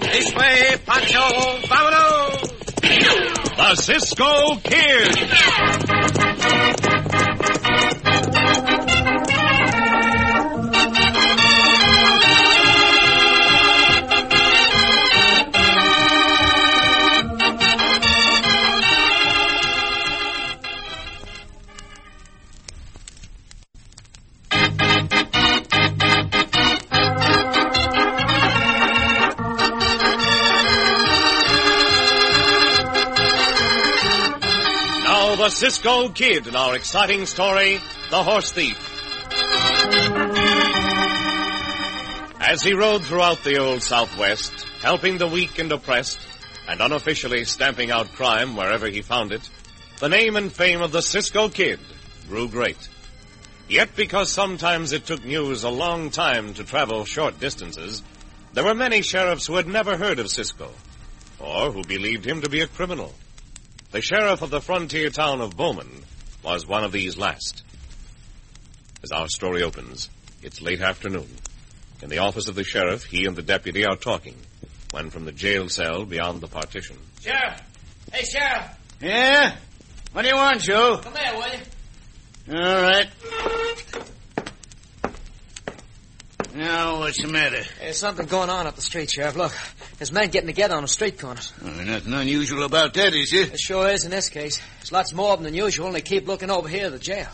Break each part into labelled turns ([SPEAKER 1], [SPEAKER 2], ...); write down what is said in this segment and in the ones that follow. [SPEAKER 1] This way, Pancho! Vámonos!
[SPEAKER 2] The Cisco Kid. Now the Cisco Kid in our exciting story, The Horse Thief. As he rode throughout the old Southwest, helping the weak and oppressed, and unofficially stamping out crime wherever he found it, the name and fame of the Cisco Kid grew great. Yet because sometimes it took news a long time to travel short distances, there were many sheriffs who had never heard of Cisco, or who believed him to be a criminal. The sheriff of the frontier town of Bowman was one of these last. As our story opens, it's late afternoon. In the office of the sheriff, he and the deputy are talking, when from the jail cell beyond the partition.
[SPEAKER 1] Sheriff! Hey, Sheriff!
[SPEAKER 3] Yeah? What do you want, Joe?
[SPEAKER 1] Come here, will you?
[SPEAKER 3] All right. Now, what's the matter?
[SPEAKER 1] There's something going on up the street, Sheriff. Look, there's men getting together on the street corners.
[SPEAKER 3] Oh, nothing unusual about that, is it?
[SPEAKER 1] There sure is in this case. There's lots more of them than usual, and they keep looking over here to the jail.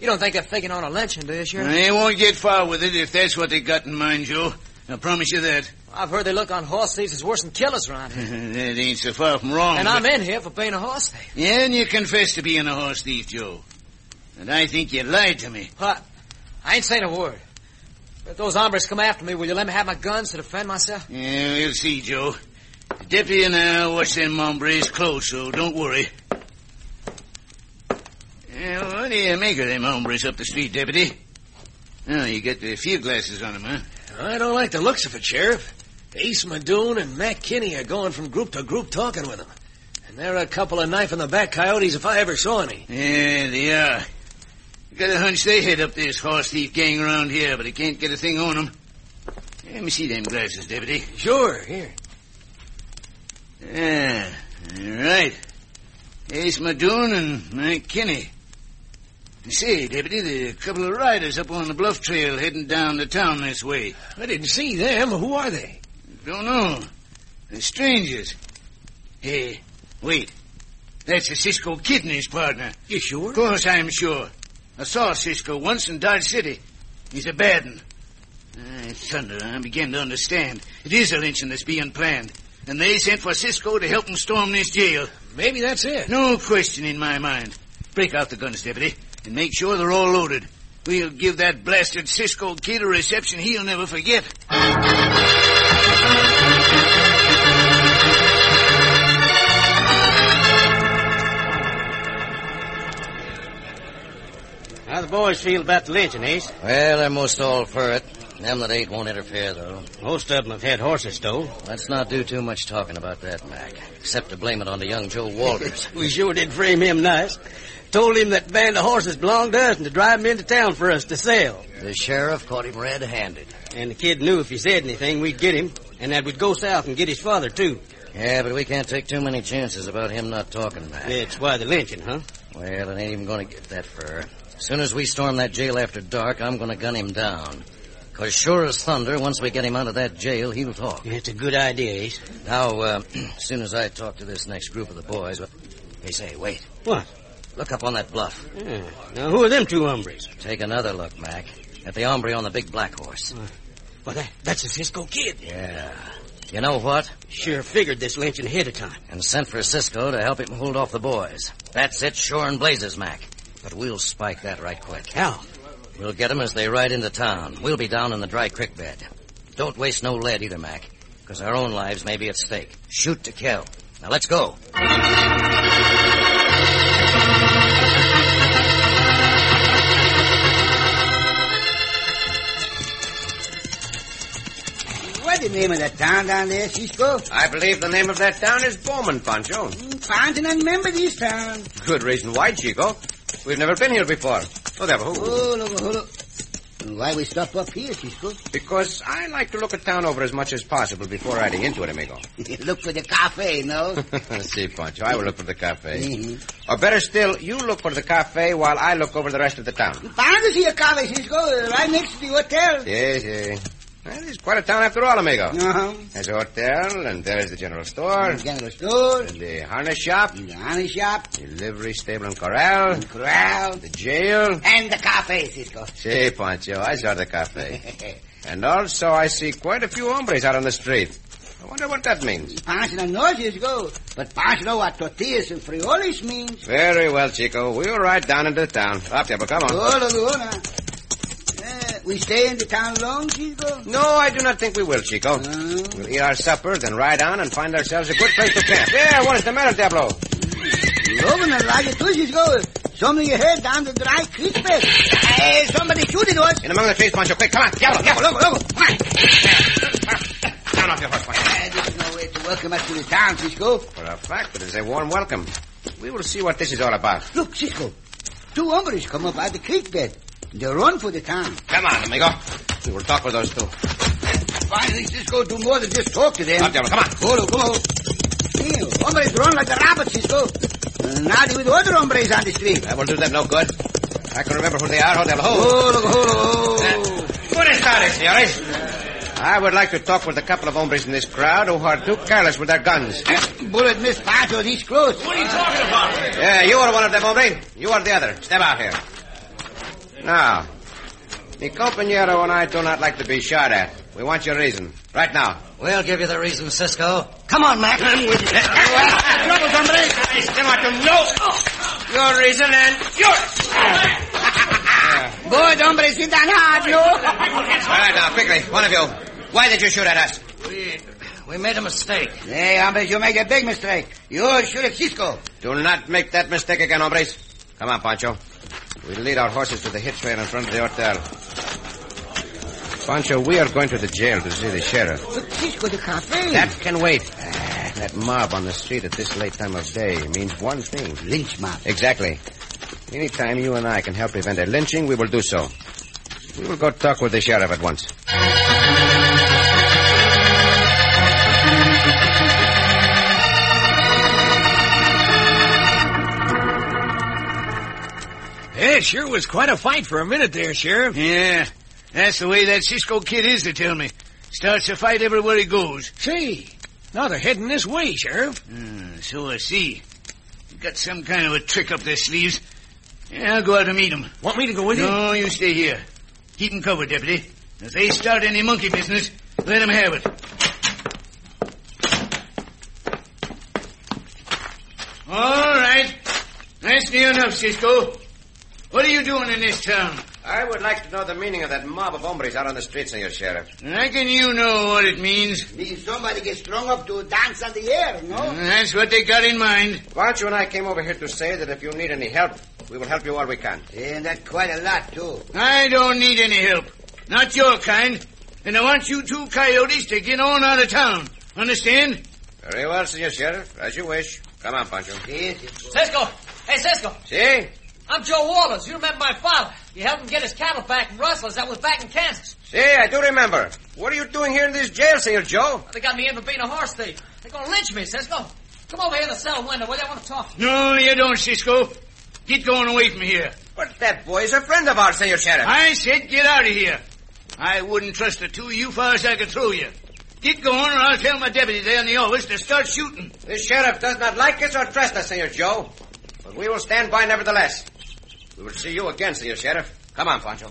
[SPEAKER 1] You don't think they're thinking on a lynching, do you, Sheriff?
[SPEAKER 3] They won't get far with it if that's what they got in mind, Joe. I promise you that.
[SPEAKER 1] I've heard they look on horse thieves as worse than killers around here.
[SPEAKER 3] that ain't so far from wrong.
[SPEAKER 1] And
[SPEAKER 3] but-
[SPEAKER 1] I'm in here for being a horse thief.
[SPEAKER 3] Yeah, and you confess to being a horse thief, Joe. And I think you lied to me.
[SPEAKER 1] But I ain't saying a word. But if those hombres come after me, will you let me have my guns to defend myself?
[SPEAKER 3] Yeah, we'll see, Joe. uh, The deputy and I watch them hombres close, so don't worry. Yeah, what do you make of them hombres up the street, deputy? Oh, you got the field glasses on them, huh?
[SPEAKER 4] I don't like the looks of it, Sheriff. Ace Madoon and Matt Kinney are going from group to group talking with them. And there are a couple of knife in the back coyotes if I ever saw any.
[SPEAKER 3] Yeah, they are. Got a hunch they head up this horse thief gang around here, but I can't get a thing on them. Let me see them glasses, deputy.
[SPEAKER 4] Sure, here.
[SPEAKER 3] Yeah, all right. Ace Madoon and Mike Kinney. And Say, Deputy, there are a couple of riders up on the bluff trail heading down to town this way.
[SPEAKER 4] I didn't see them. Who are they?
[SPEAKER 3] Don't know. They're strangers. Hey, wait. That's a Cisco Kid and his partner.
[SPEAKER 4] You
[SPEAKER 3] Of
[SPEAKER 4] sure?
[SPEAKER 3] course I'm sure. I saw Cisco once in Dodge City. He's a bad one. Ah, thunder, I begin to understand. It is a lynching that's being planned. And they sent for Cisco to help him storm this jail.
[SPEAKER 4] Maybe that's it.
[SPEAKER 3] No question in my mind. Break out the guns, deputy, and make sure they're all loaded. We'll give that blasted Cisco kid a reception he'll never forget.
[SPEAKER 5] How the boys feel about the lynching, Ace?
[SPEAKER 6] Well, they're most all for it. Them that ain't won't interfere, though.
[SPEAKER 5] Most of them have had horses stolen.
[SPEAKER 6] Let's not do too much talking about that, Mac. Except to blame it on the young Joe Walters.
[SPEAKER 5] We sure did frame him nice. Told him that band of horses belonged to us and to drive him into town for us to sell.
[SPEAKER 6] the sheriff caught him red-handed.
[SPEAKER 5] And the kid knew if he said anything, we'd get him, and that we'd go south and get his father, too.
[SPEAKER 6] Yeah, but we can't take too many chances about him not talking, Mac.
[SPEAKER 5] That's why the lynching, huh?
[SPEAKER 6] Well, it ain't even gonna get that far. As soon as we storm that jail after dark, I'm gonna gun him down. Cause sure as thunder, once we get him out of that jail, he'll talk.
[SPEAKER 5] That's a good idea, Ace.
[SPEAKER 6] Now, uh, as soon as I talk to this next group of the boys, well, hey, say, wait.
[SPEAKER 5] What?
[SPEAKER 6] Look up on that bluff.
[SPEAKER 5] Yeah. Now, who are them two hombres?
[SPEAKER 6] Take another look, Mac. At the hombre on the big black horse.
[SPEAKER 5] Well, that, that's the Cisco kid.
[SPEAKER 6] Yeah. You know what?
[SPEAKER 5] Sure figured this lynching ahead of time.
[SPEAKER 6] And sent for Cisco to help him hold off the boys. That's it, sure and blazes, Mac. But we'll spike that right quick.
[SPEAKER 5] How?
[SPEAKER 6] We'll get 'em as they ride into town. We'll be down in the dry creek bed. Don't waste no lead either, Mac. Because our own lives may be at stake. Shoot to kill. Now let's go.
[SPEAKER 5] What's the name of that town down there, Cisco?
[SPEAKER 7] I believe the name of that town is Bowman, Pancho.
[SPEAKER 5] Found and Mm, remember this town.
[SPEAKER 7] Good reason why, Chico. We've never been here before. Oh, there, who?
[SPEAKER 5] Hold over, hold over. And Why we stop up here, Cisco?
[SPEAKER 7] Because I like to look a town over as much as possible before riding into it, amigo.
[SPEAKER 5] Look for the cafe, no?
[SPEAKER 7] See, Pancho, I will look for the cafe.
[SPEAKER 5] Mhm.
[SPEAKER 7] Or better still, you look for the cafe while I look over the rest of the town.
[SPEAKER 5] Found us here, cafe, Cisco, uh, right next to the hotel.
[SPEAKER 7] Yes, yes. Well, it's quite a town after all, amigo.
[SPEAKER 5] Uh-huh.
[SPEAKER 7] There's a hotel, and there's the general store,
[SPEAKER 5] General store,
[SPEAKER 7] and the harness shop,
[SPEAKER 5] and the honey shop,
[SPEAKER 7] the livery stable and corral,
[SPEAKER 5] and crowd,
[SPEAKER 7] the jail.
[SPEAKER 5] and the cafe, Cisco.
[SPEAKER 7] See, Pancho, I saw the cafe. and also I see quite a few hombres out on the street. I wonder what that means.
[SPEAKER 5] Pancho no, Cisco, but Pancho know what tortillas and frijoles means.
[SPEAKER 7] Very well, Chico. We'll ride down into the town. Up, Diablo, come on.
[SPEAKER 5] Hold on, hold on. Uh, we stay in the town long, Cisco?
[SPEAKER 7] No, I do not think we will, Chico.
[SPEAKER 5] Uh,
[SPEAKER 7] We'll eat our supper, then ride on and find ourselves a good place to camp. There, what is the matter, Diablo?
[SPEAKER 5] Over and like it too, Cisco. Somebody head down the dry creek bed. Hey, somebody shooting us.
[SPEAKER 7] In among the trees, Pancho, quick, come on. Diablo, Diablo, look, look. Come on. Down off your horse, Pancho.
[SPEAKER 5] Uh, there's no way to welcome us to the town, Cisco.
[SPEAKER 7] For a fact, it is a warm welcome. We will see what this is all about.
[SPEAKER 5] Look, Cisco. Two hombres come up out the creek bed. They run for the town.
[SPEAKER 7] Come on, amigo. We will talk with those two.
[SPEAKER 5] Finally, Cisco do more than just talk to them.
[SPEAKER 7] Up, Diablo, come on.
[SPEAKER 5] Hold on, come on. Hey, hombres run like a rabbit, Cisco. Uh, now they with other hombres on the street.
[SPEAKER 7] That will do them no good. I can remember who they are, Hotel Ho. Eh,
[SPEAKER 5] Hold on, hold on.
[SPEAKER 7] Buenas tardes, senores. I would like to talk with a couple of hombres in this crowd who are too careless with their guns.
[SPEAKER 5] Bullet missed Pancho this close.
[SPEAKER 2] What are you talking about?
[SPEAKER 7] Yeah, you are one of them, hombre. You are the other. Step out here. Now, mi compañero and I do not like to be shot at. We want your reason. Right now.
[SPEAKER 6] We'll give you the reason, Cisco. Come on, Mac.
[SPEAKER 7] Your reason and yours.
[SPEAKER 5] Boy, hombres sit down hard, no?
[SPEAKER 7] All right, now, quickly, one of you. Why did you shoot at us?
[SPEAKER 6] We made a mistake.
[SPEAKER 5] Hey, hombres, you make a big mistake. You should have Cisco.
[SPEAKER 7] Do not make that mistake again, hombres. Come on, Pancho. We'll lead our horses to the hitch train in front of the hotel. Pancho, we are going to the jail to see the sheriff.
[SPEAKER 5] But Cisco the cafe.
[SPEAKER 7] That can wait. Ah, That mob on the street at this late time of day means one thing.
[SPEAKER 5] lynch mob.
[SPEAKER 7] Exactly. Anytime you and I can help prevent a lynching, we will do so. We will go talk with the sheriff at once.
[SPEAKER 4] It sure was quite a fight for a minute there, Sheriff.
[SPEAKER 3] Yeah, that's the way that Cisco kid is, they tell me. Starts a fight everywhere he goes.
[SPEAKER 4] See, now they're heading this way, Sheriff.
[SPEAKER 3] Hmm, so I see. They've got some kind of a trick up their sleeves. Yeah, I'll go out and meet him.
[SPEAKER 4] Want me to go with you?
[SPEAKER 3] No, you stay here. Keep 'em covered, deputy. If they start any monkey business, let 'em have it. All right. That's near enough, Cisco. What are you doing in this town?
[SPEAKER 7] I would like to know the meaning of that mob of hombres out on the street, Senor Sheriff.
[SPEAKER 3] Reckon you know what it means.
[SPEAKER 5] Means somebody gets strung up to dance on the air, no?
[SPEAKER 3] That's what they got in mind.
[SPEAKER 7] Pancho and I came over here to say that if you need any help, we will help you all we can.
[SPEAKER 5] And that quite a lot, too.
[SPEAKER 3] I don't need any help. Not your kind. And I want you two coyotes to get on out of town. Understand?
[SPEAKER 7] Very well, Senor Sheriff. As you wish. Come on, Pancho.
[SPEAKER 5] Yes, yes.
[SPEAKER 1] Cisco! Hey, Cisco!
[SPEAKER 7] See?
[SPEAKER 1] I'm Joe Waters. You remember my father. You helped him get his cattle back from rustlers. That was back in Kansas.
[SPEAKER 7] See, I do remember. What are you doing here in this jail, Senor Joe?
[SPEAKER 1] They got me in for being a horse thief. They're gonna lynch me, Cisco. Come over here to the cell window. What do you want to talk?
[SPEAKER 3] No, you don't, Cisco. Get going away from here.
[SPEAKER 7] But that boy is a friend of ours, Senor Sheriff.
[SPEAKER 3] I said get out of here. I wouldn't trust the two of you far as I could throw you. Get going or I'll tell my deputy there in the office to start shooting.
[SPEAKER 7] This sheriff does not like us or trust us, Senor Joe. But we will stand by nevertheless. We will see you again, Senor Sheriff. Come on, Pancho.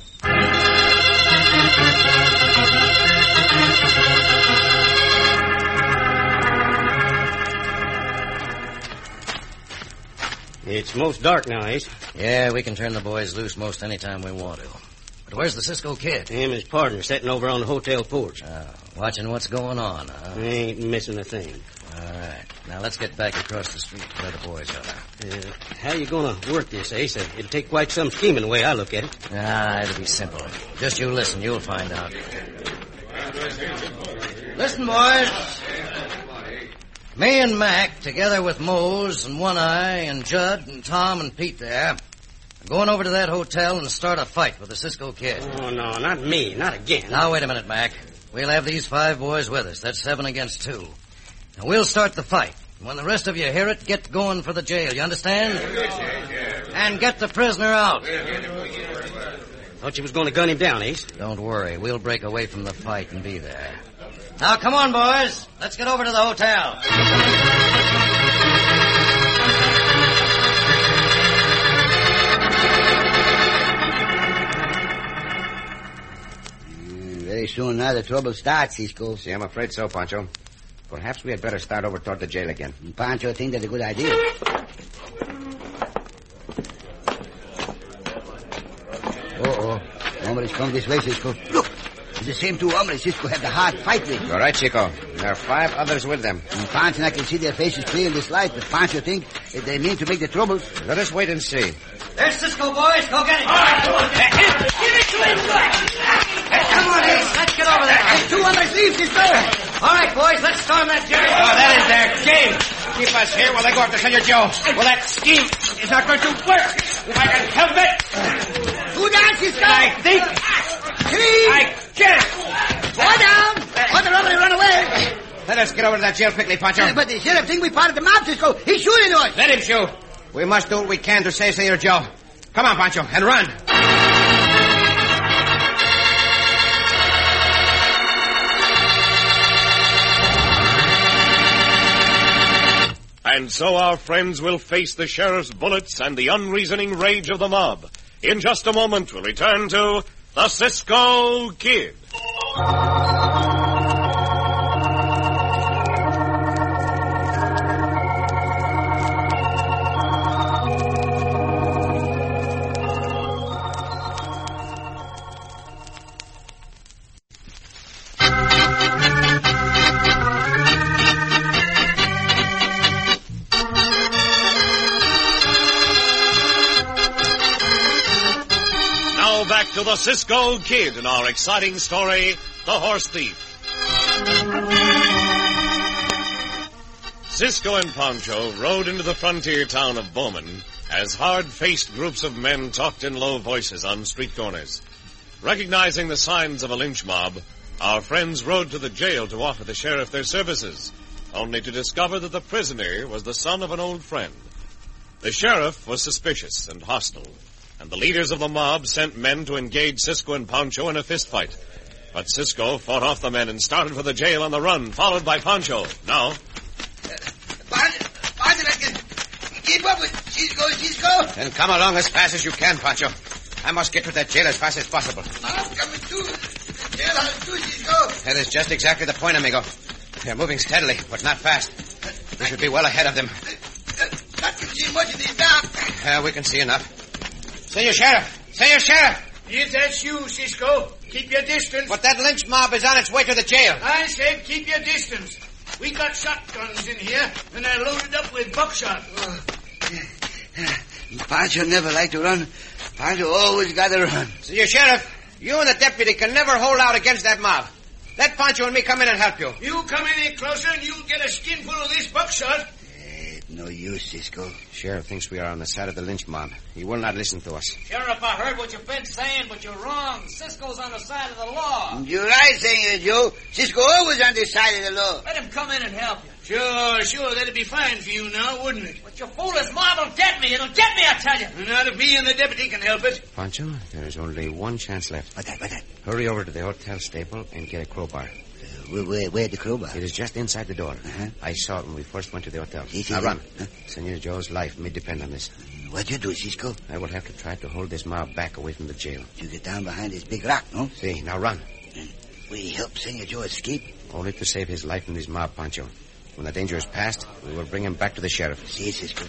[SPEAKER 5] It's most dark now, Ace.
[SPEAKER 6] Yeah, we can turn the boys loose most any time we want to. But where's the Cisco kid?
[SPEAKER 5] Him and his partner sitting over on the hotel porch.
[SPEAKER 6] Watching what's going on, huh?
[SPEAKER 5] They ain't missing a thing.
[SPEAKER 6] All right. Now let's get back across the street to where the boys are.
[SPEAKER 8] Uh, how you going to work this, Ace? Uh, It'll take quite some scheming the way I look at it.
[SPEAKER 6] Ah, it'll be simple. Just you listen, you'll find out. Listen, boys. Me and Mac, together with Mose and One Eye and Judd and Tom and Pete there, are going over to that hotel and start a fight with the Cisco Kid.
[SPEAKER 8] Oh, no, not me. Not again.
[SPEAKER 6] Now, wait a minute, Mac. We'll have these five boys with us. That's seven against two. Now, we'll start the fight. When the rest of you hear it, get going for the jail. You understand? And get the prisoner out.
[SPEAKER 8] Thought you was going to gun him down, Ace.
[SPEAKER 6] Don't worry. We'll break away from the fight and be there. Now, come on, boys. Let's get over to the hotel.
[SPEAKER 5] Very soon now the trouble starts, Cisco.
[SPEAKER 7] See, I'm afraid so, Pancho. Perhaps we had better start over toward the jail again.
[SPEAKER 5] And Pancho think that's a good idea. Uh-oh. Hombres come this way, Cisco. Look! It's the same two hombres Cisco had the hard fight with.
[SPEAKER 7] You're right, Chico. There are five others with them.
[SPEAKER 5] And Pancho, I can see their faces clear in this light, but Pancho think that they mean to make the trouble.
[SPEAKER 7] Let us wait and see.
[SPEAKER 6] There's Cisco, boys. Go get him. Give it to him, Come on, Ace. Let's get over there. There's two others leave, Cisco. All right, boys. Let's storm that jail.
[SPEAKER 7] Oh, that is their game. Keep us here while they go after Senor Joe. Well, that scheme is not going to work. If I can help it.
[SPEAKER 5] Two down, Cisco!
[SPEAKER 7] I think
[SPEAKER 5] Three!
[SPEAKER 7] I can.
[SPEAKER 5] Four down! One the robbery run away!
[SPEAKER 7] Let us get over to that jail quickly, Pancho.
[SPEAKER 5] But the sheriff think we parted the mouth, Cisco. He's shooting us!
[SPEAKER 7] Let him shoot. We must do what we can to save Senor Joe. Come on, Pancho, and run.
[SPEAKER 2] And so our friends will face the sheriff's bullets and the unreasoning rage of the mob. In just a moment, we'll return to the Cisco Kid. Now back to the Cisco Kid in our exciting story, The Horse Thief. Cisco and Pancho rode into the frontier town of Bowman as hard-faced groups of men talked in low voices on street corners. Recognizing the signs of a lynch mob, our friends rode to the jail to offer the sheriff their services, only to discover that the prisoner was the son of an old friend. The sheriff was suspicious and hostile and the leaders of the mob sent men to engage Cisco and Pancho in a fistfight. But Cisco fought off the men and started for the jail on the run, followed by Pancho. Now,
[SPEAKER 5] Pancho, Pancho, I can keep up with Cisco, Cisco!
[SPEAKER 7] Then come along as fast as you can, Pancho. I must get to that jail as fast as possible.
[SPEAKER 5] I'm coming too. The jailhouse too, Cisco.
[SPEAKER 7] That is just exactly the point, amigo. They are moving steadily, but not fast. We should be well ahead of them.
[SPEAKER 5] Not can see much of this dark.
[SPEAKER 7] Uh, we can see enough. Senor Sheriff! Senor Sheriff!
[SPEAKER 3] Yes, that's you, Cisco. Keep your distance.
[SPEAKER 7] But that lynch mob is on its way to the jail.
[SPEAKER 3] I said keep your distance. We got shotguns in here, and they're loaded up with buckshot.
[SPEAKER 5] Pancho never like to run. Pancho always gotta run.
[SPEAKER 7] Senor Sheriff, you and the deputy can never hold out against that mob. Let Pancho and me come in and help you.
[SPEAKER 3] You come any closer, and you'll get a skinful of this buckshot.
[SPEAKER 5] Eh, no use, Cisco.
[SPEAKER 7] Sheriff thinks we are on the side of the lynch mob. He will not listen to us.
[SPEAKER 1] Sheriff, I heard what you've been saying, but you're wrong. Cisco's on the side of the law.
[SPEAKER 5] You're right, Senor Joe. Cisco always on the side of the law.
[SPEAKER 1] Let him come in and help you.
[SPEAKER 3] Sure, sure, that'd be fine for you now, wouldn't it?
[SPEAKER 1] But your foolish mob will get me. It'll get me, I tell you.
[SPEAKER 3] Not if me and the deputy can help it.
[SPEAKER 7] Pancho, there is only one chance left.
[SPEAKER 5] What that, what that?
[SPEAKER 7] Hurry over to the hotel stable and get a crowbar.
[SPEAKER 5] Uh, where, where, where the crowbar?
[SPEAKER 7] It is just inside the door.
[SPEAKER 5] Uh-huh.
[SPEAKER 7] I saw it when we first went to the hotel.
[SPEAKER 5] Yes,
[SPEAKER 7] now
[SPEAKER 5] yes,
[SPEAKER 7] run.
[SPEAKER 5] yes.
[SPEAKER 7] Senor Joe's life may depend on this.
[SPEAKER 5] Mm, What you do, Cisco?
[SPEAKER 7] I will have to try to hold this mob back away from the jail.
[SPEAKER 5] You get down behind this big rock, no? Mm.
[SPEAKER 7] See, now run.
[SPEAKER 5] We help Senor Joe escape.
[SPEAKER 7] Only to save his life from this mob, Pancho. When the danger is past, we will bring him back to the sheriff.
[SPEAKER 5] See, Cisco.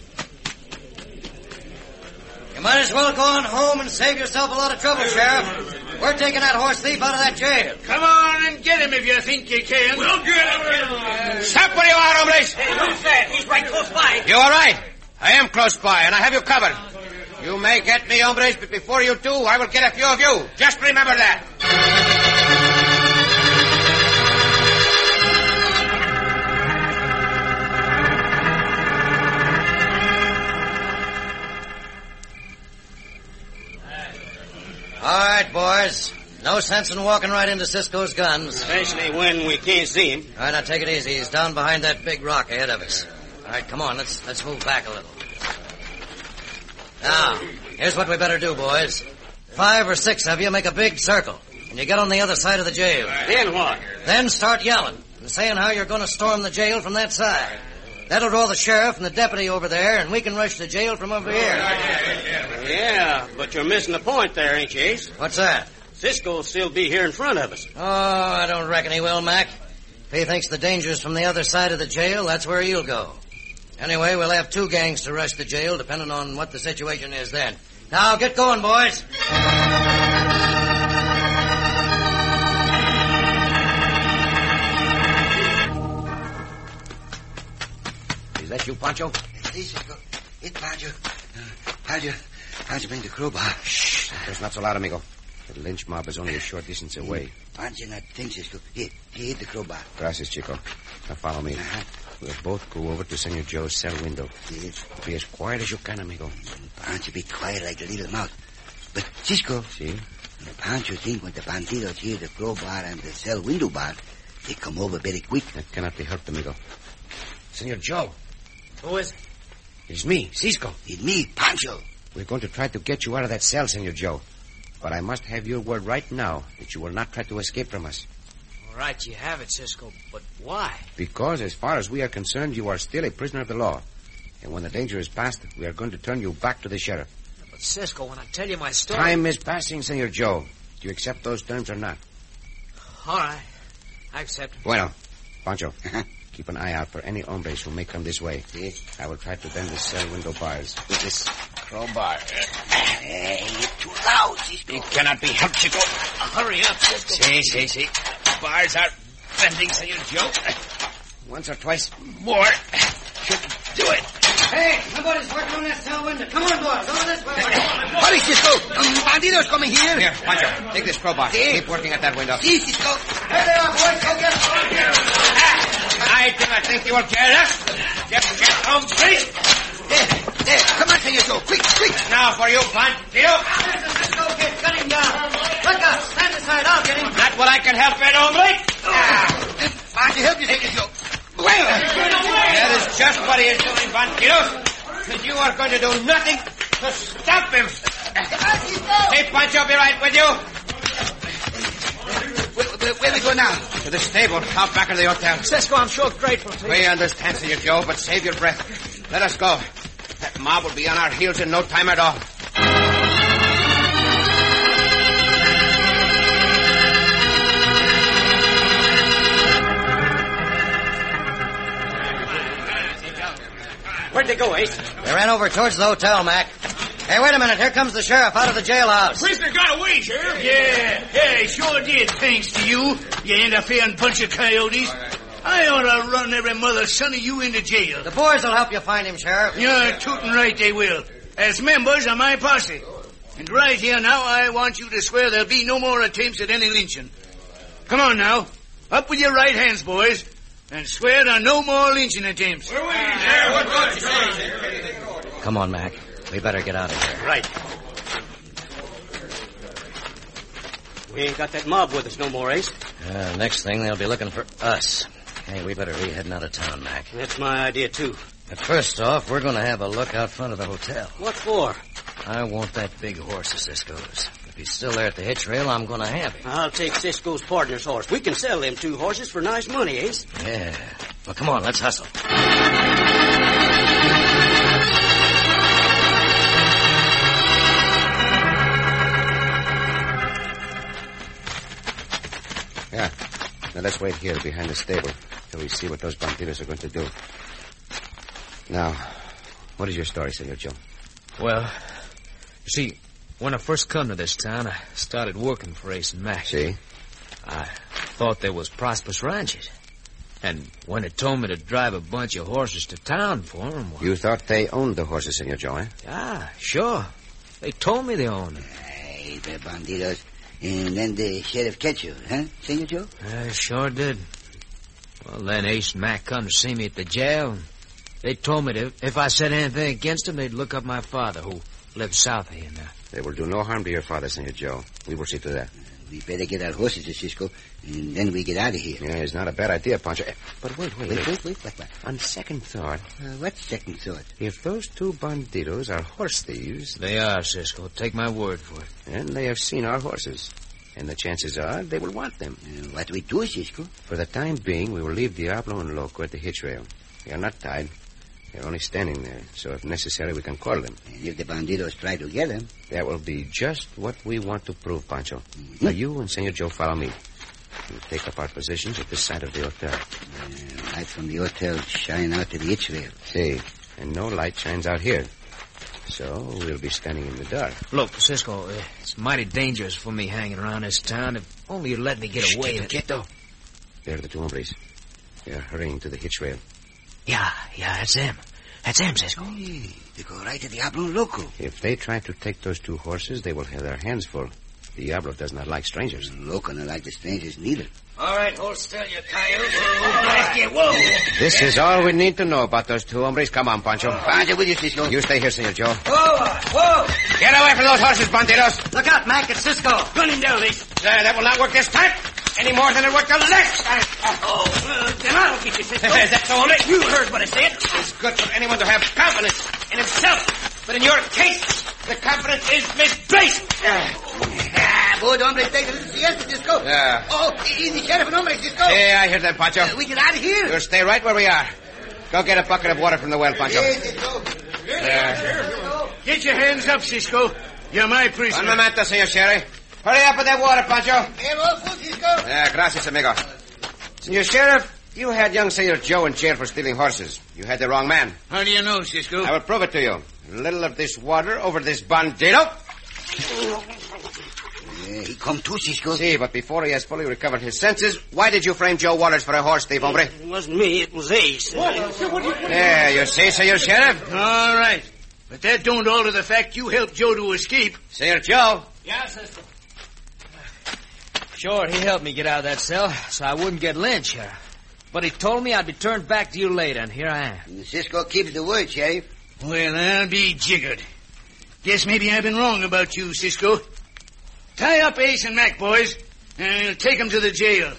[SPEAKER 6] You might as well go on home and save yourself a lot of trouble, Sheriff. We're taking that horse thief out of that jail.
[SPEAKER 3] Come on and get him if you think you can. We'll get him.
[SPEAKER 7] Stop where you are, Robles.
[SPEAKER 9] who's that? He's right close by.
[SPEAKER 7] You are right. I am close by, and I have you covered. You may get me, hombres, but before you do, I will get a few of you. Just remember that.
[SPEAKER 6] All right, boys. No sense in walking right into Cisco's guns.
[SPEAKER 8] Especially when we can't see him.
[SPEAKER 6] All right, now take it easy. He's down behind that big rock ahead of us. All right, come on. Let's let's move back a little. Now, here's what we better do, boys. Five or six of you make a big circle, and you get on the other side of the jail.
[SPEAKER 8] Then what?
[SPEAKER 6] Then start yelling and saying how you're going to storm the jail from that side. That'll draw the sheriff and the deputy over there, and we can rush the jail from over here.
[SPEAKER 8] Yeah, but you're missing the point there, ain't you, Ace?
[SPEAKER 6] What's that?
[SPEAKER 8] Cisco'll still be here in front of us.
[SPEAKER 6] Oh, I don't reckon he will, Mac. If he thinks the danger's from the other side of the jail, that's where you'll go. Anyway, we'll have two gangs to rush the jail, depending on what the situation is then. Now, get going, boys.
[SPEAKER 8] Is that you, Pancho?
[SPEAKER 10] This is good. It, Pancho. How'd you, how'd you bring the crowbar?
[SPEAKER 7] Shh. It's not so loud, amigo. The lynch mob is only a short distance away.
[SPEAKER 10] Pancho not think, Cisco. Here, he hit the crowbar.
[SPEAKER 7] Gracias, Chico. Now follow me. Uh-huh. We'll both go over to Senor Joe's cell window. Yes. Be as quiet as you can, amigo.
[SPEAKER 10] Pancho be quiet like a little mouse. But, Cisco.
[SPEAKER 7] See? Si?
[SPEAKER 10] Pancho think when the bandidos hear the crowbar and the cell window bar, they come over very quick.
[SPEAKER 7] That cannot be helped, amigo. Senor Joe.
[SPEAKER 9] Who is it?
[SPEAKER 7] It's me, Cisco.
[SPEAKER 10] It's me, Pancho.
[SPEAKER 7] We're going to try to get you out of that cell, Senor Joe. But I must have your word right now that you will not try to escape from us.
[SPEAKER 9] All right, you have it, Cisco, but why?
[SPEAKER 7] Because, as far as we are concerned, you are still a prisoner of the law. And when the danger is past, we are going to turn you back to the sheriff.
[SPEAKER 9] But, Cisco, when I tell you my story.
[SPEAKER 7] Time is passing, Senor Joe. Do you accept those terms or not?
[SPEAKER 9] All right. I accept them.
[SPEAKER 7] Bueno. Pancho,
[SPEAKER 10] Uh-huh.
[SPEAKER 7] keep an eye out for any hombres who may come this way. I will try to bend the cell window bars with this crowbar.
[SPEAKER 10] Hey, it's too loud, Cisco.
[SPEAKER 7] It cannot be helped, Chico.
[SPEAKER 9] Hurry up, Cisco.
[SPEAKER 7] See, see, see. The bars are bending, Senor Joe. Once or twice more should do it.
[SPEAKER 6] Hey, somebody's working on that cell window. Come on, boys, over this way.
[SPEAKER 10] Hurry, Cisco. Um, bandidos coming here.
[SPEAKER 7] Here, Pancho, take this crowbar. See? Keep working at that window.
[SPEAKER 10] See, Cisco.
[SPEAKER 6] Hey there, boys, go get
[SPEAKER 7] I do not think you will get us. Just get home safe.
[SPEAKER 10] There, there. Come on, Senor Joe. Quick, quick.
[SPEAKER 7] Now for you, Pancho.
[SPEAKER 6] Cisco, get cutting down. Look out, stand aside, I'll get him.
[SPEAKER 7] Not what I can help it, hombre.
[SPEAKER 10] Pancho, Ah. help you, Senor Joe. Well,
[SPEAKER 7] that is just what he is doing, Banqueros. And you are going to do nothing to stop him. Hey, Pancho, be right with you.
[SPEAKER 10] Where, where, where we go now?
[SPEAKER 7] To the stable, out back of the hotel.
[SPEAKER 9] Cisco, I'm sure grateful to you.
[SPEAKER 7] We understand, Senor Joe, but save your breath. Let us go. That mob will be on our heels in no time at all.
[SPEAKER 8] Where'd they go, Ace?
[SPEAKER 6] They ran over towards the hotel, Mac. Hey, wait a minute. Here comes the sheriff out of the jailhouse.
[SPEAKER 11] The prisoner got away, Sheriff.
[SPEAKER 3] Yeah, yeah, he sure did, thanks to you, you interfering bunch of coyotes. I ought to run every mother son of you into jail.
[SPEAKER 6] The boys will help you find him, Sheriff.
[SPEAKER 3] You're tootin' right they will. As members of my posse. And right here now, I want you to swear there'll be no more attempts at any lynching. Come on now. Up with your right hands, boys and swear to no more lynching attempts.
[SPEAKER 6] Come on, Mac. We better get out of here.
[SPEAKER 8] Right. We ain't got that mob with us no more, Ace.
[SPEAKER 6] Uh, next thing, they'll be looking for us. Hey, we better be heading out of town, Mac.
[SPEAKER 8] That's my idea, too.
[SPEAKER 6] But first off, we're going to have a look out front of the hotel.
[SPEAKER 8] What for?
[SPEAKER 6] I want that big horse of Cisco's. If he's still there at the hitch rail, I'm going to have him.
[SPEAKER 8] I'll take Cisco's partner's horse. We can sell them two horses for nice money, Ace.
[SPEAKER 6] Yeah. Well, come on, let's hustle.
[SPEAKER 7] Yeah. Now let's wait here behind the stable till we see what those bandidos are going to do. Now, what is your story, Senor Joe?
[SPEAKER 12] Well, you see,
[SPEAKER 3] When I first come to this town, I started working for Ace and Mac.
[SPEAKER 7] See?
[SPEAKER 3] I thought they was prosperous ranches. And when it told me to drive a bunch of horses to town for 'em, well,
[SPEAKER 7] You thought they owned the horses, Senor Joe, eh?
[SPEAKER 3] ah, sure. They told me they owned 'em.
[SPEAKER 6] Hey, the bandidos. And then the sheriff catch you, huh, Senor Joe?
[SPEAKER 3] I sure did. Well, then Ace and Mac come to see me at the jail. and They told me that if I said anything against him, they'd look up my father, who lived south of here now.
[SPEAKER 7] They will do no harm to your father, Senor Joe. We will see to that.
[SPEAKER 6] We better get our horses to Cisco, and then we get out of here.
[SPEAKER 7] Yeah, it's not a bad idea, Pancho. Eh, But wait, wait,
[SPEAKER 6] Wait,
[SPEAKER 7] wait.
[SPEAKER 6] wait, wait. What, what?
[SPEAKER 7] On second thought,
[SPEAKER 6] Uh, what second thought?
[SPEAKER 7] if those two bandidos are horse thieves,
[SPEAKER 3] They are, Cisco. Take my word for it.
[SPEAKER 7] then they have seen our horses. And the chances are they will want them.
[SPEAKER 6] Uh, What we do, Cisco?
[SPEAKER 7] For the time being, we will leave Diablo and Loco at the hitch rail. They are not tied. They are only standing there, so if necessary, we can call them.
[SPEAKER 6] And if the bandidos try to get them,
[SPEAKER 7] That will be just what we want to prove, Pancho.
[SPEAKER 6] Mm-hmm.
[SPEAKER 7] Now, you and Senor Joe follow me. We'll take up our positions at this side of the hotel.
[SPEAKER 6] light from the hotel shine out to the hitch rail.
[SPEAKER 7] See, and no light shines out here. So we'll be standing in the dark.
[SPEAKER 3] Look, Cisco, uh, it's mighty dangerous for me hanging around this town. If only you'd let me get away. Quieto.
[SPEAKER 7] There are the two hombres. They are hurrying to the hitch rail.
[SPEAKER 3] Yeah, yeah, that's him. That's him, Cisco.
[SPEAKER 6] They go right to Diablo Loco.
[SPEAKER 7] If they try to take those two horses, they will have their hands full. Diablo does not like strangers.
[SPEAKER 6] Loco not like the strangers neither. Oh,
[SPEAKER 13] All right, hold still, you coyote. Whoa, whoa.
[SPEAKER 7] This is all we need to know about those two hombres. Come on, Pancho.
[SPEAKER 6] Pancho, will you, Cisco?
[SPEAKER 7] You stay here, Senor Joe.
[SPEAKER 13] Whoa, whoa.
[SPEAKER 7] Get away from those horses, bandidos. Uh,
[SPEAKER 13] Look out, Mac, it's Cisco. Gun him down, Ace.
[SPEAKER 7] that will not work this time. Any more than it worked the last time.
[SPEAKER 13] Oh, uh, then I'll get you, Cisco.
[SPEAKER 7] That's the hombre.
[SPEAKER 13] You heard what I said.
[SPEAKER 7] It's good for anyone to have confidence in himself. But in your case, the confidence is misplaced.
[SPEAKER 6] Ah, boy, the hombres take a little siesta, Cisco.
[SPEAKER 7] Yeah.
[SPEAKER 6] Oh, easy, sheriff and hombres, Cisco.
[SPEAKER 7] Hey, I hear that, Pancho.
[SPEAKER 6] we get out of here.
[SPEAKER 7] You stay right where we are. Go get a bucket of water from the well, Pancho.
[SPEAKER 14] Get your hands up, Cisco. You're my prisoner.
[SPEAKER 7] Un momento, señor sheriff. Hurry up with that water, Pancho.
[SPEAKER 6] Cisco.
[SPEAKER 7] Yeah, gracias, amigo. Senor sheriff, you had young Senor Joe in jail for stealing horses. You had the wrong man.
[SPEAKER 14] How do you know, Cisco?
[SPEAKER 7] I will prove it to you. A little of this water over this bandito.
[SPEAKER 6] he come too, Cisco.
[SPEAKER 7] See, but before he has fully recovered his senses, why did you frame Joe Waters for a horse thief, hombre?
[SPEAKER 15] It wasn't me, it was Ace.
[SPEAKER 7] Yeah, you see, Senor Sheriff?
[SPEAKER 14] All right. But that don't alter the fact you helped Joe to escape.
[SPEAKER 7] Senor Joe,
[SPEAKER 3] Yeah, Cisco. Sure, he helped me get out of that cell, so I wouldn't get lynched here. But he told me I'd be turned back to you later, and here I am.
[SPEAKER 6] Cisco keeps the word, Sheriff.
[SPEAKER 14] Well, I'll be jiggered. Guess maybe I've been wrong about you, Cisco. Tie up Ace and Mac, boys, and take 'em to the jail.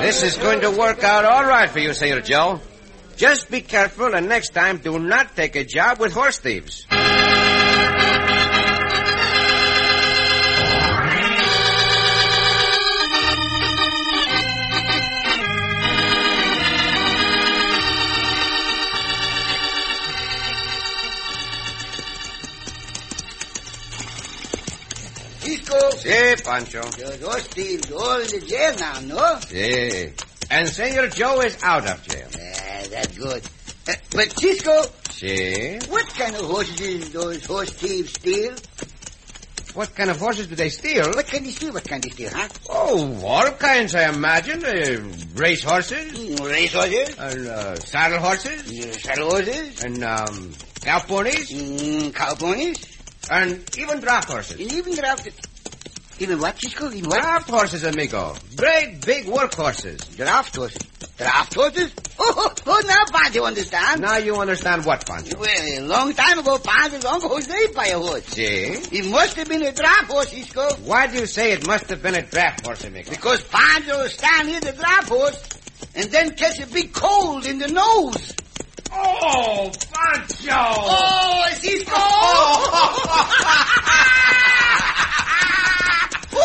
[SPEAKER 7] This is going to work out all right for you, Senor Joe. Just be careful, and next time, do not take a job with horse thieves.
[SPEAKER 6] Cisco,
[SPEAKER 7] Si, Pancho.
[SPEAKER 6] those horse thieves all in the jail now, no?
[SPEAKER 7] Si. And Senor Joe is out of jail.
[SPEAKER 6] Ah, that's good. Uh, but, Cisco,
[SPEAKER 7] Si.
[SPEAKER 6] what kind of horses is those horse thieves steal?
[SPEAKER 7] What kind of horses do they steal?
[SPEAKER 6] What can they steal? What can they steal, huh?
[SPEAKER 7] Oh, all kinds, I imagine. Uh, race horses,
[SPEAKER 6] Mm, Race horses?
[SPEAKER 7] and uh, saddle horses,
[SPEAKER 6] mm, Saddle horses?
[SPEAKER 7] and um, cow ponies,
[SPEAKER 6] Mm, cow ponies?
[SPEAKER 7] and even draft horses.
[SPEAKER 6] And even draft... Even what, Cisco? Even what?
[SPEAKER 7] Draft horses, amigo. Great big work horses.
[SPEAKER 6] Draft horses. Draft horses? Oh, oh, oh now, Ponce, you understand?
[SPEAKER 7] Now you understand what, Pancho.
[SPEAKER 6] Well, a long time ago, Ponce's uncle was raped by a horse.
[SPEAKER 7] See?
[SPEAKER 6] It must have been a draft horse, Cisco.
[SPEAKER 7] Why do you say it must have been a draft horse, amigo?
[SPEAKER 6] Because Ponzo stand near the draft horse and then catch a big cold in the nose.
[SPEAKER 7] Oh, Pancho!
[SPEAKER 6] Oh, Cisco! Oh.